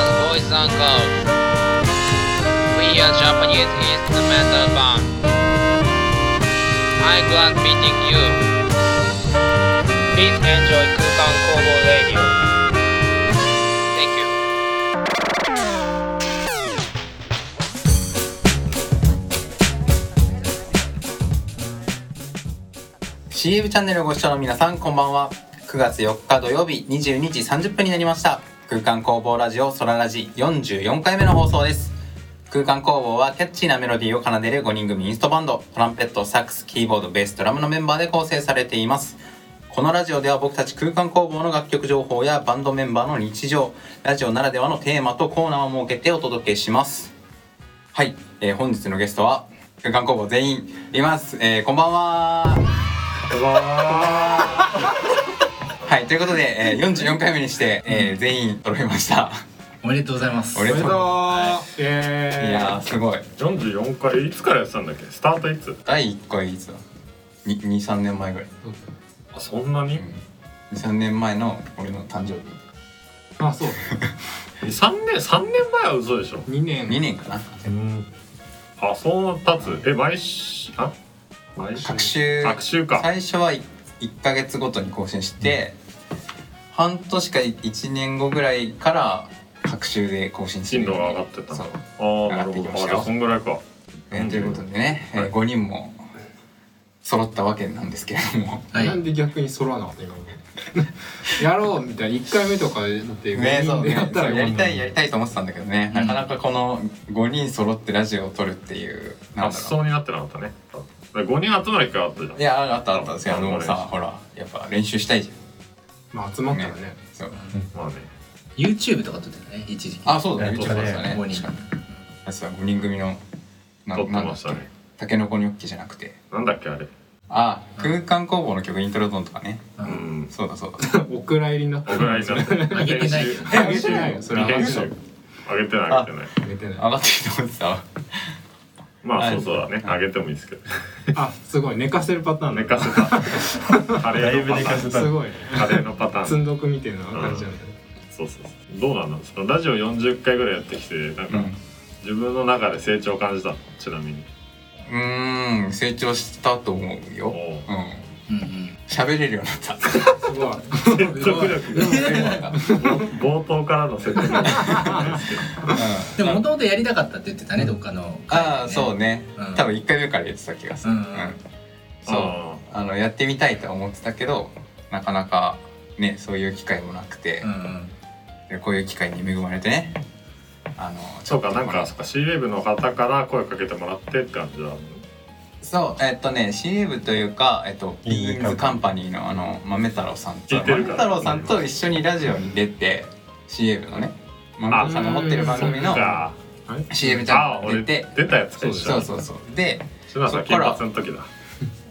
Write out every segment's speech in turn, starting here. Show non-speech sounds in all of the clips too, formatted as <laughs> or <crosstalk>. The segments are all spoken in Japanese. long ago. We are Japanese instrumental band. I'm glad meeting you. Please enjoy 空間工房 Radio. <laughs> Thank you. ー CM チャンネルをご視聴の皆さんこんばんは9月4日土曜日22時30分になりました空間工房ラジオ空ラジ44回目の放送です空間工房はキャッチーなメロディーを奏でる5人組インストバンドトランペットサックスキーボードベースドラムのメンバーで構成されていますこのラジオでは僕たち空間工房の楽曲情報やバンドメンバーの日常ラジオならではのテーマとコーナーを設けてお届けしますはい、えー本日のゲストは空間工房全員います、えーこんばんははい、ということで、えー、<laughs> 44回目にして、えー、全員揃いました。おめでとうございます。おめでとうございイエいやー、すごい。 44回いつからやってたんだっけスタートいつ第1回いつだ ?2、2 3年前ぐらい。あそんなに2、3年前の俺の誕生日。あ、そう。 3年3年前は嘘でしょ二年。 2年かなうんあそんな経つえ毎週あ毎週各週、隔週か最初は 1, ヶ月ごとに更新して、半年か1年後ぐらいから、各週で更新する頻度が上がってたそう。あーなる上がってきほどまあしたじよゃあそんぐらいかえーということでね、えはいー、5人も揃ったわけなんですけれども。はい。なんで逆に揃わなかった今まで <laughs> やろうみたいな1回目とかだってね5そ人うでやねっ、たらそうやりたいやりりたいと思ってたんだけどね、うなんかなかこの5人揃ってラジオを撮るっていうなんだ発ろ想になってなかったね5人集まる機会あったじゃんういやあったあったですよあでもさ俺ほらやっぱ練習したいじまあ集まゃっんたねらね <laughs> そうまあね YouTube とか撮ってたね、一時期。あそうだねね YouTube だったね五人確かにあそう5人組のな撮ってなんだまっしたけねタケノコニョッキじゃなくてなんだっけあれあ空間工房の曲イントロドンとかねう。うんんそうだそうだお蔵入りになったお蔵入りだあげてないけどねあげてないよそれは編集あげてないあげてないあげてない上がってきて思ってたわまはあいそうそうだねあげてもいいですけどあすごい寝かせるパターンだ寝かせたカレーのパターンすごいねカレーのパターン積んどくみたいな感じなんだねそうそうそうどうなんですかラジオ40回ぐらいやってきてなんうかん自分の中で成長を感じたのちなみにうーん成長したと思うよおーうんうん喋れるようになったすごい説得力冒頭からの説得力うんでも、もともとやりたかったって言ってたね、どっかの回でね。ああそうね、うん多分1回目から言ってた気がする、うんそうああのやってみたいとは思ってたけどなかなかねそういう機会もなくてう、ん。でこういう機会に恵まれてねあのーそうかなんこのかそうか CWAVE の方から声かけてもらってって感じだもんそうえっとね CM というか、えっと、ビーンズカンパニーのあの豆太郎さんと聞いて豆るか太ら郎さんと一緒にラジオに出て CM のね豆太郎さんが持ってる番組そのっか CM ちゃあんとー出俺て出たやつか一そう緒にそうそうで篠田さん金髪の時だ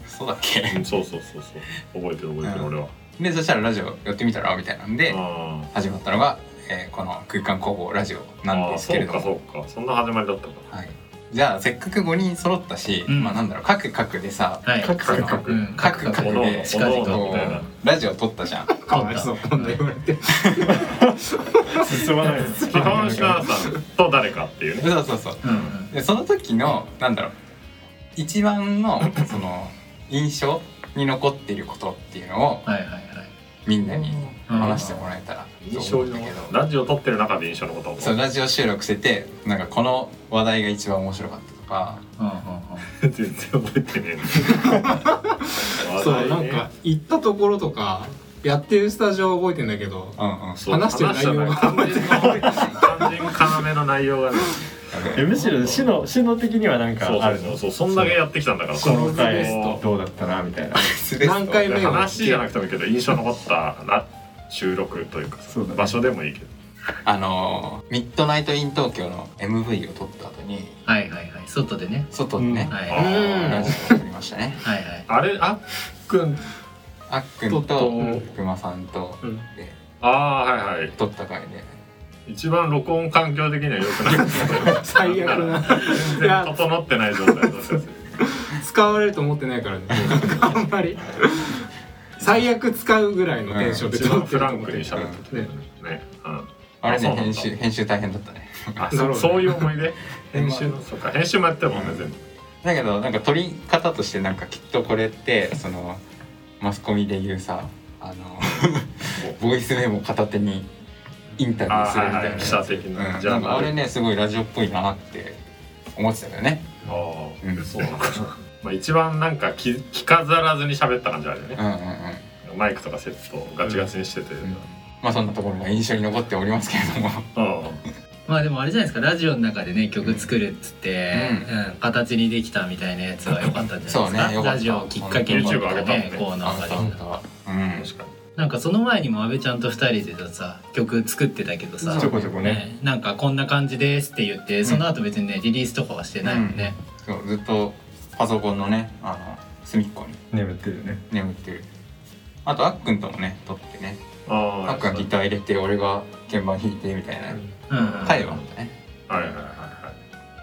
そうだっけうんそうそうそうそう覚えてる覚えてうるん俺はでそしたらラジオやってみたらみたいなんであー始まったのが、えーこの空間工房ラジオなんあでーすけそれうどかも、そうかそんな始まりだったかはい、じゃあせっかく5人揃ったし、うんまあなんだろう各各でさ、はい。各各々々うん各々各々で各々こみたいなうラジオ撮ったじ <laughs> ゃんかわいそうこんな言われて進まない基本篠田さんと誰かっていうねそうそうそううんうん。でその時のなんだろう一番のその印象に残っていることっていうのをはいはいはい。みんなに話してもらえたらと思うんだけどラジオ撮ってる中で印象のことをそうラジオ収録しててなんかこの話題が一番面白かったとかうんう全然覚えてねえそうなんか行ったところとかやってるスタジオは覚えてんだけどうんうんそう話してる内容が話した内容が肝心の肝心要の内容がねいやむしろ死の死の的にはなんそうかあるそうのそうそんだけやってきたんだからこのベス回トどうだったなみたいな何回目よ話じゃなくてもいいけど印象残ったな収録というかさそうだね場所でもいいけどあのーミッドナイトイン東京の MV を撮った後にん。はいはいはい。外でね。外でね、はい。あはいーラジオを撮りましたねはい。あれあっくんあっくんと撮っ熊さんとうんでああーはいはい撮った回で一番録音環境的には良くない最悪な <laughs> 全いや然整ってない状態だった使われると思ってないからねあんまり最悪使うぐらいのテンションで一撮番ってフるラとン思っクてにる喋ってたねねねうんあれあそねうなんだ編集編集大変だったねあなるほそどそういう思い出編集のそうか編集もやってたもんね全部だけどなんか撮り方としてなんかきっとこれってそのマスコミで言うさあの <laughs> ボイスメモ片手にインタビュあーするはみいたいなはいや記つ者的うなんジャなーんかナあルれねすごいラジオっぽいなって思ってたけどねああうんそうかまあ一番なんか聞聞かざらずに喋った感じあるようねんうんうんマイクとかセットをガチガチにしててんまあそんなところが印象に残っておりますけれどもうんまあでもあれじゃないですかラジオの中でね曲作るっつって、うん形にできたみたいなやつは良かったんじゃないですそうかね良かったラジオをきっかけに YouTube 上げたもんねねこうなんかでああうん確かになんかその前にも阿部ちゃんと2人でさ曲作ってたけどさちょこちょこねねなんかこんな感じですって言ってその後別にねリリースとかはしてないもんね、そうずっとパソコンのねあの隅っこに眠ってるね眠ってるあとあっくんともね撮ってねああっくんがギター入れて俺が鍵盤弾いてみたいなうん回はあったねはいはいはいは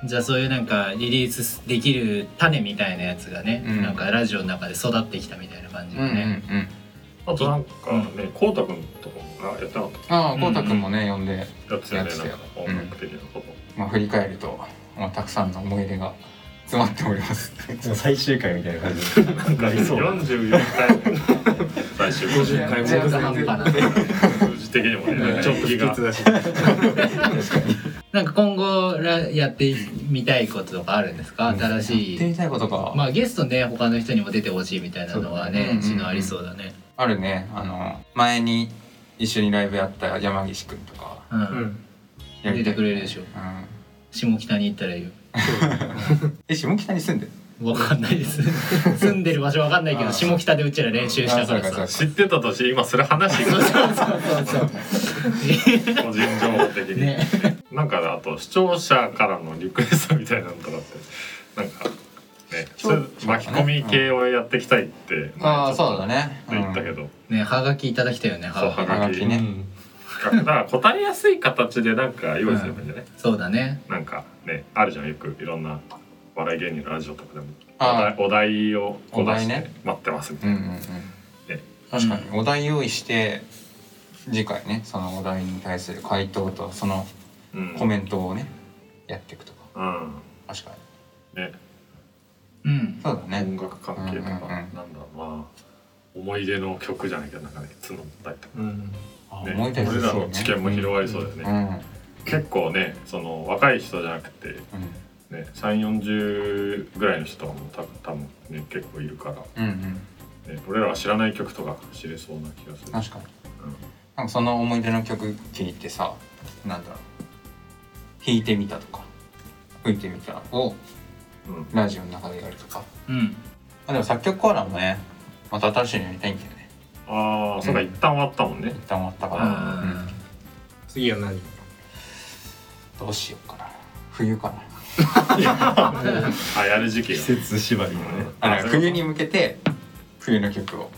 いじゃあそういうなんかリリースできる種みたいなやつがね、うんなんかラジオの中で育ってきたみたいな感じうんでうんうね、んあとなんかね、こうたくんとかもなやってなかっああこうたくんもね呼んでたやつよね、やってたよなんか音楽的なこと。まあ振り返るとまあたくさんの思い出が詰まっておりますもう最終回みたいな感じなんかありそうだ44回最終50回回も中途半端な <laughs> 数字的にもね、ちちょょっっとと気秘が訣。だしなんか今後らやってみたいこととかあるんですか新しやいってみたいことが、まあゲストね他の人にも出てほしいみたいなのはそうだねねうんうんうん一のありそうだねあるねあの前に一緒にライブやった山岸くんとかうん、うんやりたい出てくれるでしょうん下北に行ったらいいよえ下北に住んでるわかんな <laughs> いです住んでる場所わかんないけあどー下北でうちら練習したからあそうかさそ知ってたとして、今それ話してください。個人情報的に。ねなんかねあと、視聴者からのリクエストみたいなのとかって、なんか、ね、そういう巻き込み系をやっていきたいって、うかああちょっそうだねと言ったけど、ねはがきいただきたよねそう、ははがきはががきき。ねだから答えやすい形でなんか用意すればいいんじゃない、そうだねなんかねあるじゃんよくいろんな笑い芸人のラジオとかでもあお題お題をこなしお題てね待ってますみたういんうな、んうんえ確かにお題用意して次回ねそのお題に対する回答とそのうんコメントをねやっていくとかうん確かにねうんそうだね音楽関係とか、うんうんうんなんだろうな思い出の曲じゃなきゃなんかね募ったりとか、うんあね、思い出す俺らそのうね知見も広がりそうだよね、うんうん結構ねその若い人じゃなくてね3 4 0ぐらいの人とかもた多分ね結構いるから、うんうんね、俺らは知らない曲とか知れそうな気がする確かにうんなんかその思い出の曲聴いてさなんだろう弾いてみたとか吹いてみたをうんラジオの中でやるとかうんあでも作曲コーナーもねまた新しいのやりたいんだよねああ、そうか、うん一旦終わったもんね一。旦終わったから、うん次は何どうしようかな冬かなあ、やる時期季が。節縛りのねあそうい冬うこに向けて冬の曲を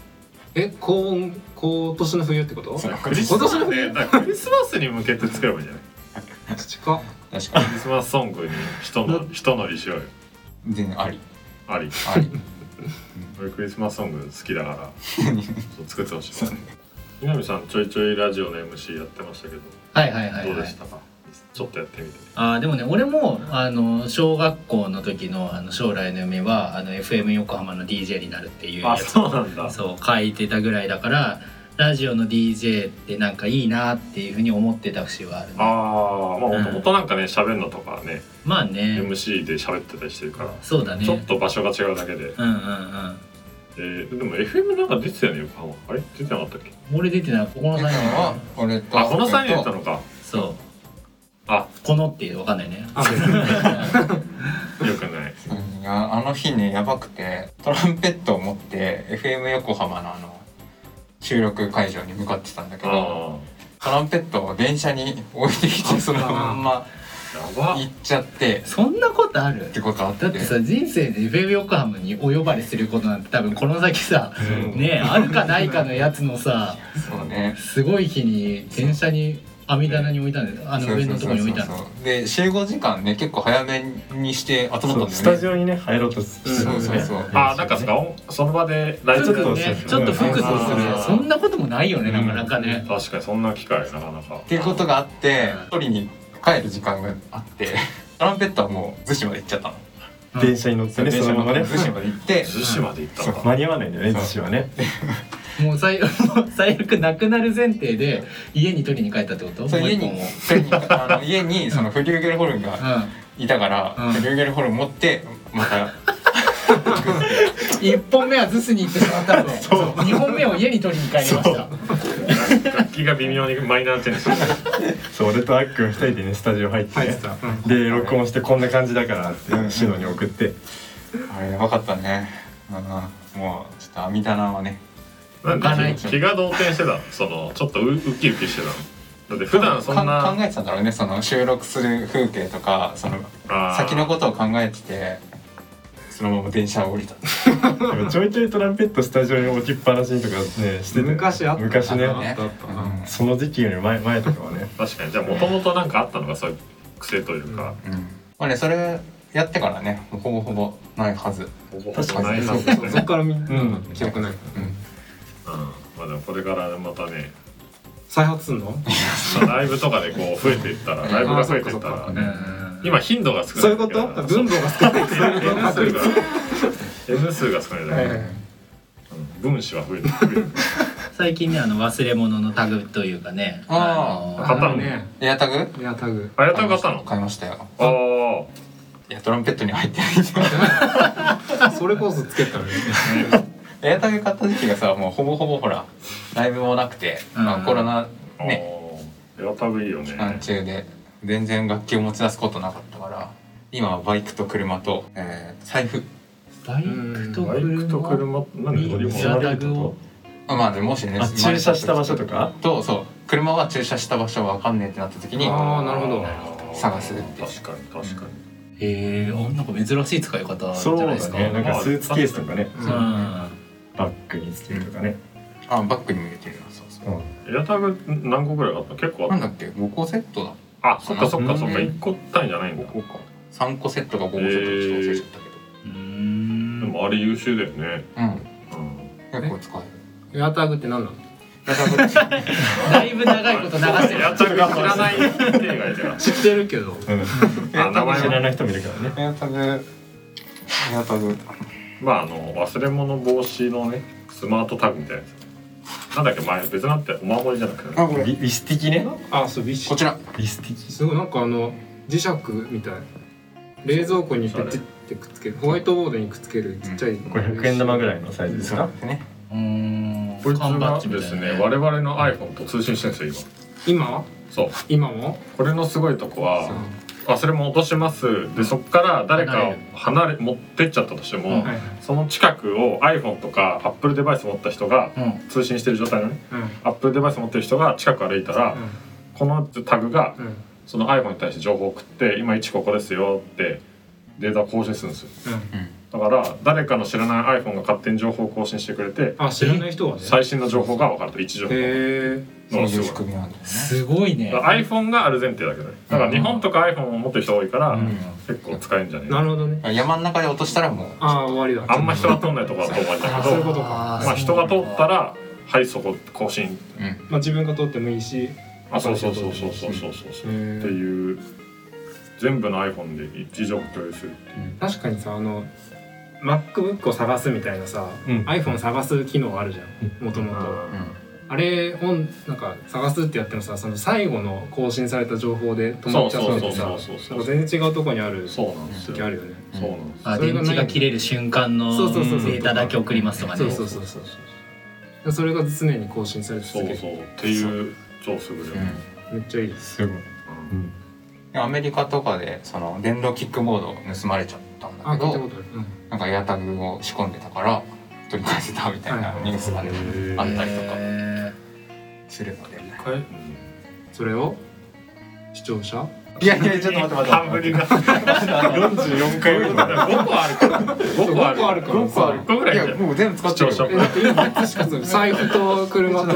え高音今年の冬ってこととクリスマスね、だからクリスマスに向けて作ればいいんじゃない。土か確かクリスマスソングに、人の、人乗りしようよ。に全然ありあり。あり俺クリスマスソング好きだから。そう作ってほしい。南さん、ちょいちょいラジオの MC やってましたけど、はいはいはい、どうはでいし、たか。ちょっとやってみて。あーでもね俺もあの小学校の時のあの将来の夢はあの FM 横浜の DJ になるっていうやあ、つそうなんだ。そう書いてたぐらいだからラジオの DJ ってなんかいいなっていうふうに思ってた節はあるねああ、まあ、うん元々なんかね、喋るのとかね、まあね MC で喋ってたりしてるから。そうだねちょっと場所が違うだけで、うんうんうんえー、でも FM なんか出てたよね横浜あれ出てなかったっけ俺出てないここの今3人は俺とあこの3人人やったのかそうあこのってわかんないねあ別によくないがあの日ねやばくてトランペットを持って FM 横浜のあの収録会場に向かってたんだけどあトランペットを電車に置いてきてそのまんまあやば行っちゃって <laughs> そんなことあるってことあってだってさ人生で FM 横浜にお呼ばれすることなんて多分この先さうんねえあるかないかのやつのさそうねすごい日に電車に網棚に置いたんだよあの上のところに置いたそうのそうそうそうで集合時間ね結構早めにして集まったんだよねスタジオにね入ろうとするそうそうそうあなんかそっかおその場でライブちょっでととねねちょっと服装するうんそんなこともないよねなかなかね確かにそんな機会なかなかっていうことがあって取りに帰る時間があって <laughs> トランペットはもう逗子まで行っちゃったの電車に乗ってね、電そ車のに乗まってまね。逗子まで行って逗子まで行ったんだ間に合わないんだよね、そう逗子はね。もう最 <laughs> もう最悪なくなる前提で家に取りに帰ったってことそれ家もう一に本をそれにあの家にそのフリューゲルホルンがいたから、うんフリューゲルホルン持ってまた <laughs> うん、1本目はズスに行ってし <laughs> まったの2本目を家に取りに帰りました楽器が微妙にマイナーチェンジそう、俺とあっくん二人でね、スタジオ入って入っねて。た、うんで、録音してこんな感じだからって、シノに送って。あれやばかったね、うん、もうちょっと網棚はねなん置かなでい気が動転してたのそのちょっとウウキウキしてたのだって普段そんかな考えてたんだろうねその収録する風景とかそのあー先のことを考えててそのまま電車を降りたでもちょいちょいトランペットスタジオに置きっぱなしにとかね、してて。昔あった昔あのね。あったあったうなんその時期より前、前とかはね。確かにじゃあもともとなんかあったのがそういう癖というか、うんまあねそれやってからねほぼほぼないはず、ほぼほ確ぼかないにはずそうそっねから見たん記憶ないうん、うんまあでもこれからまたね、再発すんのまあ、ライブとかでこう増えていったらライブが増えていったらあうんうんうん今頻度が少ないそういうこと分母が少ないそういうこと N 確数率が N 数が少ないだけ、はいうん分子は増えて増える最近ねあの忘れ物のタグというかねあの買ったのねエアタグエアタグあやた買ったの買いましたよああいやトランペットに入ってないんだよ <laughs> それこそつけたらねエアタグ買った時期がさもうほぼほぼほらライブもなくて、うんまあ、コロナあねーエアタグいいよね期間中で全然楽器を持ち出すことなかったから今はバイクと車と、えー財布バイクとバイクと車車なんで乗りいいシじゃ物んノリとこあまあでもしねあ、駐車した場所とか。とそう車は駐車した場所わかんねえってなった時にあーなるほど探すっていう確かに確かに、へえあなんか珍しい使い方じゃそうないだですかね、なんかスーツケースとかね、ううんんバッグにつけるとかね。あバッグにも入れてるなそうそう、エアタグ何個ぐらいあった結構なあんっだっけ5個セットだたあそっかそっかそっかうん1個単位じゃないんだ5で個か3個セットか5個セットかちょっと忘れちゃったけうーんもあれ優秀だよねど、うんうん結構使えるエアタグって何なのエア <laughs> タグってだいぶ長いこと流してるエアタグ知らない例がいてな知ってるけどうん。あ名前知らはない人もいるからね。エアタグエアタグまああの忘れ物防止のねスマートタグみたいなやつなんだっけ前別なってお守りじゃなくてあねこれリリスティキね。あそうビッシこちらリスティキ。すごいなんかあの磁石みたい冷蔵庫にペチってくっつけるホワイトボードにくっつけるちっちゃいこれ100円玉ぐらいのサイズですそうかですねうーんこいつ缶バがッジみでたいすなね我々の iPhone と通信してるんですよ今は今そう今もこれのすごいとこは忘れ物落としますでそっから誰かを離れ持ってっちゃったとしてうんもはいその近くを iPhone とか Apple デバイス持った人がうん通信してる状態のねうん Apple デバイス持ってる人が近く歩いたらこのタグがうんうんその iPhone に対して情報を送って今位置ここですよってデータを更新するんですようんだから誰かの知らない iPhone が勝手に情報を更新してくれてあ知らない人はね最新の情報が分かると位置情報へそういのすうごい仕組みなんだよねすごいねだから iPhone がある前提だけどねだから日本とか iPhone を持ってる人多いから、うん結構使えるんじゃねええなるほどね山の中で落としたらもうああ終わりだあんま人が通んないとこだと思うんだあけそういどうことかまあ人が通ったらら「はいそこ更新うんまあ自分が取ってもいいし」あそうそうそうそうそうそうそうそうへーっていう全部の iPhone で位置情報共有するっていう確かにさあの MacBook を探すみたいなさ、うん iPhone 探す機能あるじゃんもともとあれをなんか探すってやってもさその最後の更新された情報で止まっちゃっててさそうそうそうそうそうなんか全然違うとこにあるそうなんです時よあるよねそうなんですよあそれ電がない池が切れる瞬間のそうそうそうそうデータだけ送りますとかねそうそうそうそうそうそれが常に更新されそ続けうるそうっていう超すぐれものめっちゃいいですすごい。うん。でアメリカとかでその電動キックボードを盗まれちゃったんだあけ聞いたこどとある、なんかエアタグを仕込んでたから取り返せたみたいなニュースがねあったりとかへするのでうんうん、それを視聴者いやいやちょっと待って待って半分 <laughs> が44回目とか。 5個あるから5個ある五個あるから5個ある5個ぐらいいじゃやんもう全部使ってる視聴よ者えだって今3つしか <laughs> 財布と車とね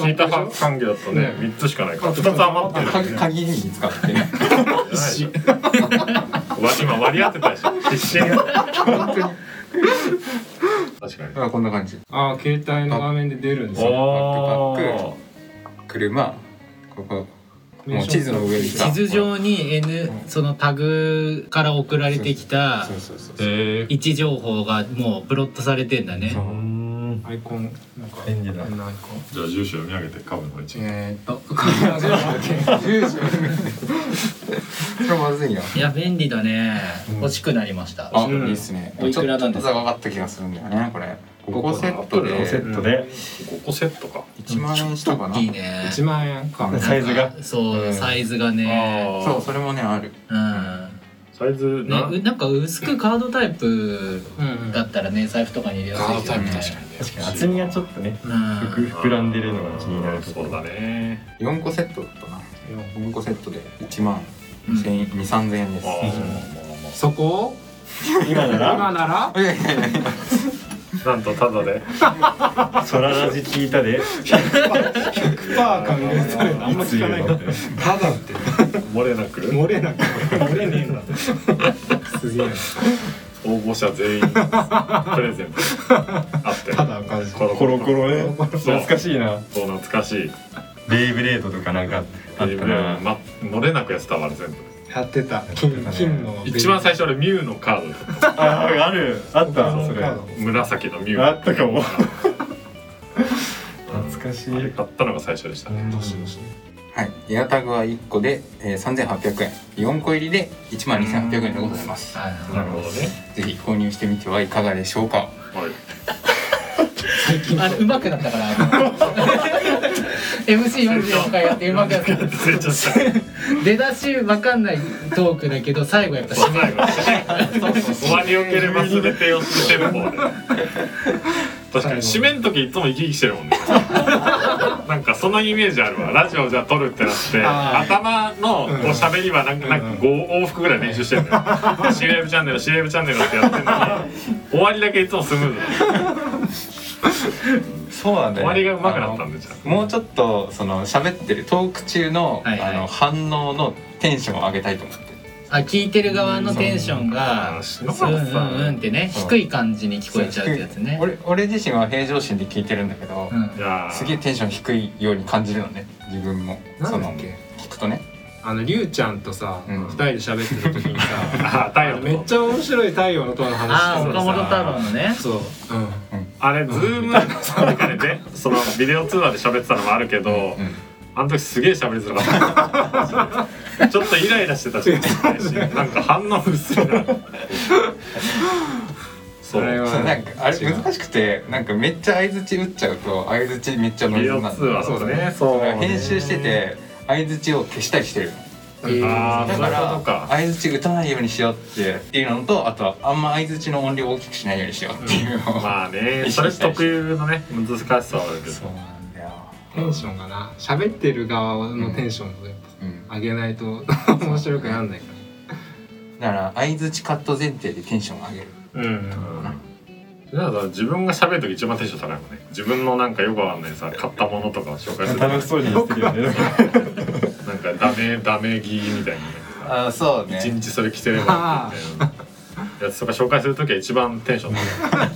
聞いた感感だとねね3つしかないからあ2つ余ってる鍵鍵に使って石今割り当てたでしょ必死に確かにあこんな感じああ携帯の画面で出るんですよおーバック車ここもう地図の上にさ地図上に N そのタグから送られてきたそうそうそうそうえ位置情報がもうプロットされてんだねそうアイコンなんか便利だ変なアイじゃあ住所読み上げて株の位置えーっとコン住所これまずいよ <laughs> いや便利だね欲しくなりましたあ、いいっすねおいくらなんですかちょっと高かった気がするんだよねこれ5個セットでセットでここセットか1万円したかないいね1万円かうんサイズがそう、うんサイズがねそうそれもねあるうんサイズねな、うなんか薄くカードタイプうんうんだったらね財布とかに入れやすいよねカードタイプ確かに厚みがちょっとねうん膨膨らんでるのが気になるとこそうろだね4個セットだったな4 4個セットで1万うん千円2 3 0円ですああ、そこ今な今らならいやいやいやなんとただで「ソララジ聞いたで」 100%還元されるあんま聞かないからいつただって漏れなく漏れなく漏れねえんだすげえな応募者全員プレゼントあってただ赤字コロコロコロねそう懐かしいなそう懐かしいベイブレードとかなんかあったなま、漏れなくやってたわあれ全部やってた金金の一番最初俺ミュウのカードああるあったそそうれか紫のミュウあったかもうん懐かしあれい買ったのが最初でしたねどうしようどうしよはいエアタグは1個で、えー、3800円4個入りで1万2800円でございますはいなるほどねぜひ購入してみてはいかがでしょうかはい最近あれ上手くなったからあの <laughs> MC44 回やって上手くなった <laughs> 忘れちゃった出だしわかんないトークだけど最後やっぱ締め最後終わりよければ全てよしテンポで確かに締めん時いつも生き生きしてるもんねなんかそのイメージあるわラジオじゃあ撮るってなってあー頭のこう喋りはなんかなんか5往復ぐらい練習してるのよ CM チャンネル CM チャンネルってやってるのに終わりだけいつもスムーズなのそうなん終わりがうまくなったんでじゃあもうちょっとその喋ってるトーク中の,、はいはいあの反応のテンションを上げたいと思ってあ聞いてる側のテンションがあーう篠ん原さんうんうんってねそう低い感じに聞こえちゃうってやつね俺俺自身は平常心で聞いてるんだけど、うんいやーすげえテンション低いように感じるのね自分もうなそんだのっけ聞くとねあのりゅうちゃんとさう二、ん人で喋ってる時に <laughs> さあー太陽めっちゃゃ面白い太陽の塔の話ああして岡た本太郎のねそう、うん、あれズームなんかでね <laughs> そのビデオ通話で喋ってたのもあるけど、うんあの時すげえ喋りづらかった。 <laughs> ちょっとイライラしてたし、なんか反応薄い <laughs> な。そそれう。はそうなんかあれ違う難しくてなんかめっちゃ相づち打っちゃうと相づちめっちゃノイビデズオになる通話だとね、だそうからね。編集してて相づちを消したりしてるえーあーだそうかいうらことか相づち打たないようにしようってっていうのとあとはあんま相づちの音量を大きくしないようにしようっていうのを、まあね、それ特有のね、難しさはあるけそど。うなんだよ、テンションがな喋ってる側のテンションをやっうん、ぱ上げないと <laughs> 面白くなんないかだから相づちカット前提でテンションを上げるらうんじゃあ自分が喋るとき一番テンション高いもんね。自分のなんかよくわかんないさ、買ったものとかを紹介する。楽しそうに言ってるよねなんかダメダメ着みたいなね。あそう一日それ着てればいい <laughs> みたいなやつとか紹介するときは一番テンション高 <laughs> い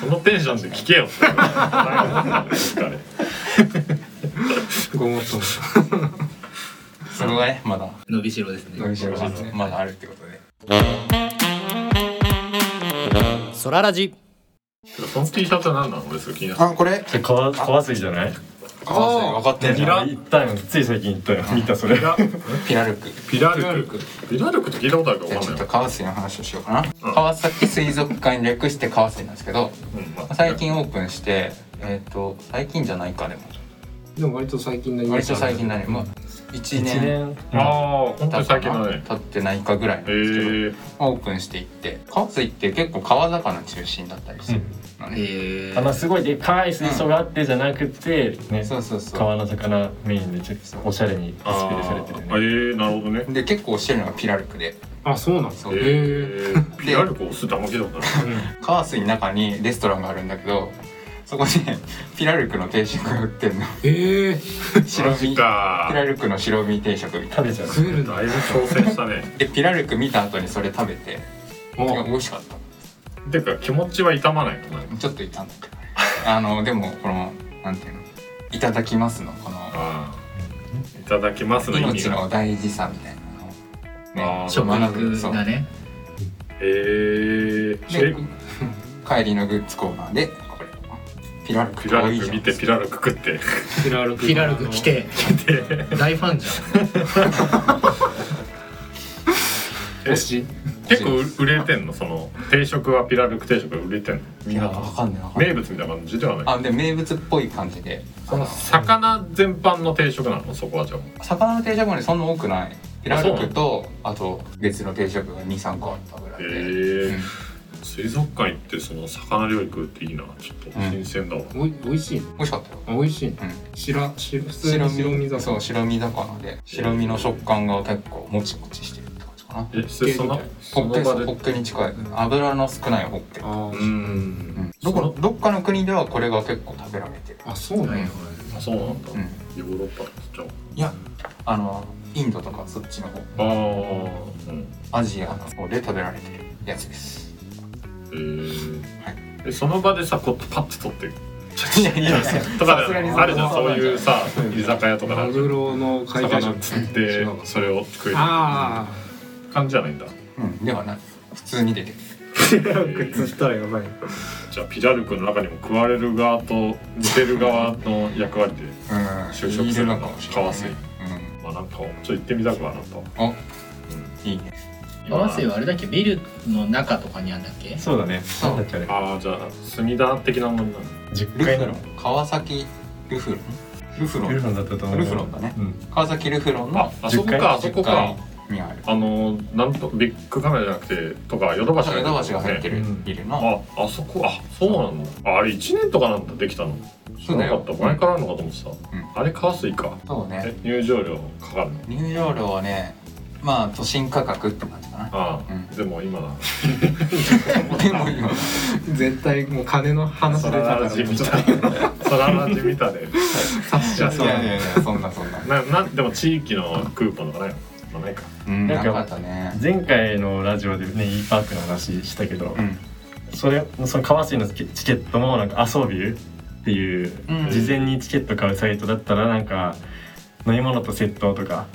そのテンションで聞けよって疲れごもっともそれがねまだ伸びしろですね伸びしろがまだあるってことでソララジその T シャツは何なの俺すごい気になってあこれそれ川川水じゃないあ分かってんじピゃんラ行ったよつい最近行ったよ <laughs> 見たそれピラピラルクピラルクピラルクって聞いたことあるかじゃ分あかちょっんなとい川水の話をしようかな、うん川崎水族館略して川水なんですけどうんまあ最近オープンしてえっ、と最近じゃないかでもでも割と最近だ割と最近だねまあ1 1年年ああ本当経ったに最か近なだね経ってないかぐらいなんえですけど、ー、オープンしていって川水って結構川魚中心だったりするのね、えあのーすごいでかい水槽があってじゃなくてねそうそうそう川の魚メインでちょっとおしゃれにディスプレイされてるあーねえー、なるほどねで結構してるのがピラルクであそうなんですそかうへええー、ピラルクを押すってあんま聞いたことない川水の中にレストランがあるんだけどそこで <laughs> ピラルクの定食が売ってるのええ白身マジピラかルクの白身定食みたい食べちゃう食えるんだだいぶ挑戦したねなでピラルク見た後にそれ食べてお美味しかったてか気持ちは痛まないのなんかちょっといたんだけどねあのでもこのなんていうのいただきますのこのああいただけますの意味命がの大事さみたいなのをあーね食食学ぶ育そうがねへえで帰りのグッズコーナーでこれピラルクピラいルいクじゃん見てピラルク食ってピラルクフィラルク来て大ファンじゃ推し結構売れてんのその定食はピラルク定食は売れてんのいやわかんないわかんない名物みたいな感じではないあでも名物っぽい感じでその魚全般の定食なのそこはじゃあ魚の定食もねそんな多くないピラルそうなクのとあと別の定食が23個あったぐらいへで、え水族館行ってその魚料理食うっていいなちょっと新鮮だわ、おい美味しい美味しかったよあ美味しいうん白白普通白の身白身魚そう白身魚で白身の食感が結構もちもちしてるって感じかなえそれそのホそッケの場そうホでッケに近い油の少ないホッケ、あうんーうん、どこどっかの国ではこれが結構食べられてる、あそうななんいやあそうなんだ、うん、ヨーロッパじゃいやあのインドとかそっちの方ああーうんアジアの方で食べられてるやつですえーはいえその場でさこうパッと取っていやいやとかでにあるじゃんそういうさうん居酒屋とかであマるじゃグんロの解体ショ魚ッ釣っ違てうわそれを食えるあ感じじゃないんだうんではない普通に出てくるあ <laughs> 靴したらやばいじゃあピラルクの中にも食われる側と見てる側の役割でうん就職するのかもしれないるのかもいねしれないねまあなんかちょっと行ってみたくはなったわうんいいねん合わせはあれだっけビルの中とかにあんだっけそうだねそなうんだっけあれああじゃあ隅田的なもんなの10ル階フだロろン川崎ルフロンルフロルンフロンだったと思うよルフロンだねうん川崎ルフロンあのあそこかあそこ10か階にあるあのーなんとビッグカメラじゃなくてとかヨドバシヨドバシが入ってるるうんビルのああそこあそうなんだああれ1年とかなんだできたのそうだよ知らなかった前からあるのかと思ってた、んあれカワスイかそうねえ入場料かかるの入場料はねまあ都心価格って感じか <laughs> なああ、うんでも今だでも今絶対もう金の話出たからソララジ見たソララジ見たで察しちゃいそうやいやいやそんなそんなななでも地域のクーポンとかないのまあないかうんななんかかったね前回のラジオでね e パークの話したけどうんそれその川水のチケチケットもなんか遊びューっていう、うん事前にチケット買うサイトだったらなんか飲み物とセットとか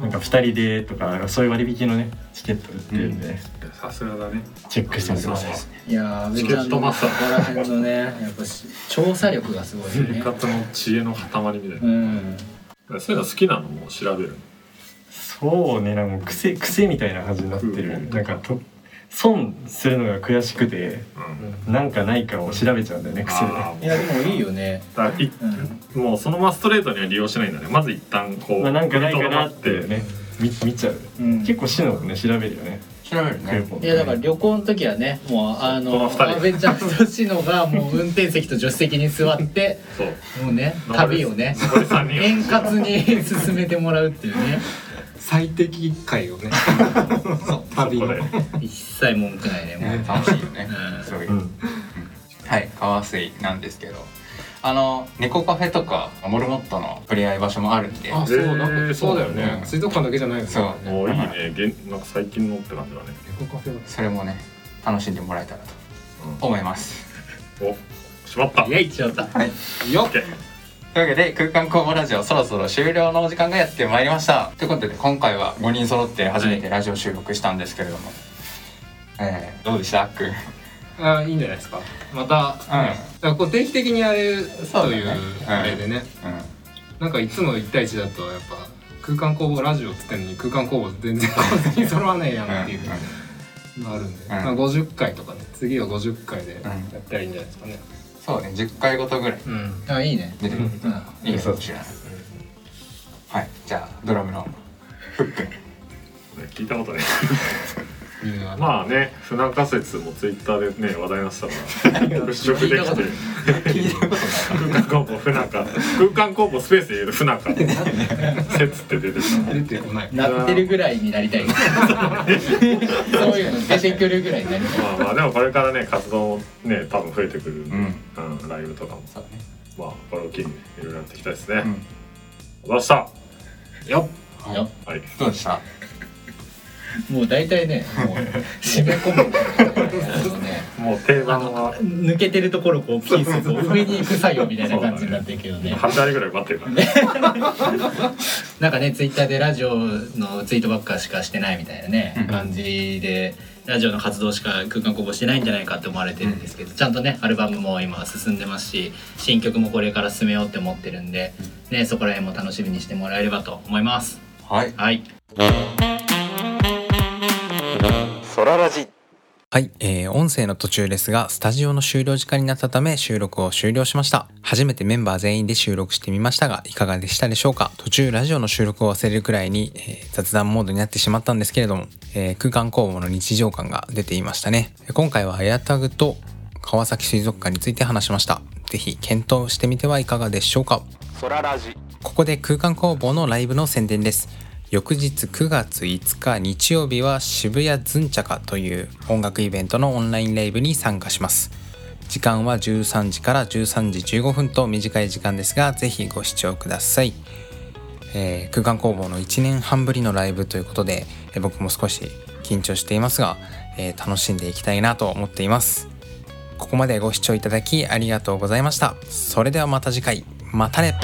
なんか2人でとかなんかそういう割引のねチケット売ってるんで、さすがだねチェックしてみてくださいいやー阿部ちゃんのここら辺のねやっぱし調査力がすごいよ生ね活の知恵の塊みたいうんなそういうの好きなのも調べるそうねなんかもう癖癖みたいな感じになってうるんなんかと損するのが悔しくてうんなんかないかを調べちゃうんだよね癖であいやでもいいよねあだからいうんもうそのままストレートには利用しないんだねまず一旦こう、まあ、なんかないかなっ踏みとどまてね見見ちゃううん結構市のね調べるよね調べるクーねポンいやだから旅行の時はねもうあこのの二人阿部ちゃんとしのがもう運転席と助手席に座ってそうもうね旅をね残り3人は <laughs> 円滑に進めてもらうっていうね最適解をね旅このれ一切文句ないねもうね楽しいよねうんすごいうんはい川水なんですけどあの猫カフェとかモルモットの触れ合い場所もあるんであそうなんえーかそうだよねうん水族館だけじゃないよねそうもういいねげんなんか最近のって感じだね猫カフェはそれもね楽しんでもらえたらと思います、おしまったイエイちゃったはいよっというわけで空間工房ラジオそろそろ終了のお時間がやってまいりましたということで今回は5人揃って初めてラジオ収録したんですけれども、えーどうでしたあっくんあいいんじゃないですかまたねだからこう定期的にやれるだとねいうあれでねなんかいつも1対1だとやっぱ空間工房ラジオっつってんのに空間工房全然構図に揃わねえやんっていうのがあるんで、んまあ、50回とかね次は50回でやんったらいいんじゃないですかねそうね10回ごとぐらいうんあいいね出てくるうんいいかもしれないはいじゃあドラムのフック聞い <laughs> たことねいいなまあね不難仮説もツイッターでね話題になってたから払拭できて聞いたことない空間工房不仲空間工房スペースで言うと不仲説って出てき出てこないなってるぐらいになりたいそういうの出てくるぐらいになり <laughs> たたまあまあでもこれからね活動もね多分増えてくる、ううんんライブとかもそうだねまあこれを機にいろいろやっていきたいですね、うんお疲れ様でしたいよいよはいどうでしたもう大体ねもう締め込むあのねもう定あ番のは抜けてるところをこうピースをこう上に行く作業みたいな感じになってるけどね8割ぐらい埋まってるからねなんかねツイッターでラジオのツイートばっかしかしてないみたいなね、うん感じでラジオの活動しか空間公募してないんじゃないかって思われてるんですけど、ちゃんとねアルバムも今進んでますし新曲もこれから進めようって思ってるんで、ね、そこら辺も楽しみにしてもらえればと思います。はいはいはい、えー音声の途中ですが、スタジオの終了時間になったため収録を終了しました。初めてメンバー全員で収録してみましたが、いかがでしたでしょうか途中ラジオの収録を忘れるくらいに、えー雑談モードになってしまったんですけれども、えー空間工房の日常感が出ていましたね。今回はエアタグと川崎水族館について話しました。ぜひ検討してみてはいかがでしょうかここで空間工房のライブの宣伝です。翌日9月5日日曜日は渋谷ズンチャカという音楽イベントのオンラインライブに参加します。時間は13時から13時15分と短い時間ですが、ぜひご視聴ください。えー空間工房の1年半ぶりのライブということで、えー僕も少し緊張していますが、えー楽しんでいきたいなと思っています。ここまでご視聴いただきありがとうございました。それではまた次回。またね